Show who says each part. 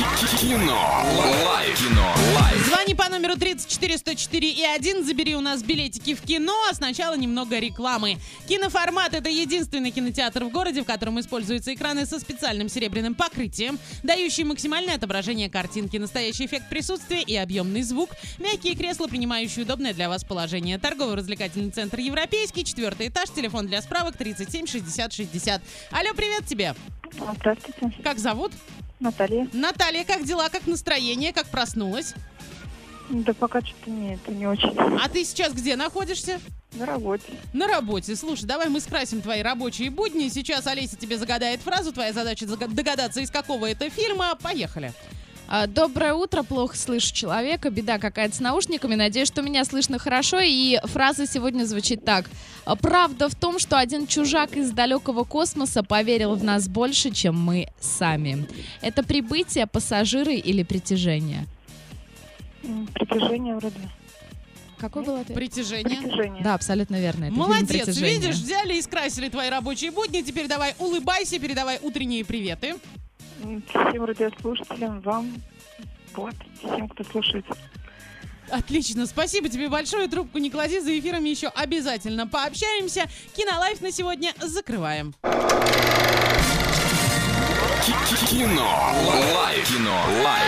Speaker 1: Кино. Лайф. Кино. Лайф.
Speaker 2: Звони по номеру 34104 и 1, забери у нас билетики в кино, а сначала немного рекламы. Киноформат – это единственный кинотеатр в городе, в котором используются экраны со специальным серебряным покрытием, дающие максимальное отображение картинки, настоящий эффект присутствия и объемный звук, мягкие кресла, принимающие удобное для вас положение. Торгово-развлекательный центр «Европейский», четвертый этаж, телефон для справок 37 60 60. Алло, привет тебе!
Speaker 3: А, Здравствуйте,
Speaker 2: Как зовут?
Speaker 3: Наталья.
Speaker 2: Наталья, как дела, как настроение, как проснулась?
Speaker 3: Да пока что-то не, это не очень.
Speaker 2: А ты сейчас где находишься?
Speaker 3: На работе.
Speaker 2: На работе. Слушай, давай мы скрасим твои рабочие будни. Сейчас Олеся тебе загадает фразу. Твоя задача зага- догадаться, из какого это фильма. Поехали.
Speaker 4: А, Доброе утро, плохо слышу человека, беда какая-то с наушниками, надеюсь, что меня слышно хорошо, и фраза сегодня звучит так. А, Правда в том, что один чужак из далекого космоса поверил в нас больше, чем мы сами. Это прибытие, пассажиры или притяжение?
Speaker 3: М, Притяжение вроде.
Speaker 4: Какой был ответ?
Speaker 2: Притяжение.
Speaker 3: Притяжение.
Speaker 4: Да, абсолютно верно. это фильм
Speaker 2: Молодец,
Speaker 4: «Притяжение».
Speaker 2: видишь, взяли и скрасили твои рабочие будни. Теперь давай улыбайся, передавай утренние приветы.
Speaker 3: М, Всем радиослушателям, вам, вот, всем, кто слушает.
Speaker 2: Отлично, спасибо тебе большое. Трубку не клади, за эфиром еще обязательно пообщаемся. Кинолайф на сегодня закрываем.
Speaker 1: Кино. Лайф. Кино. Лайф.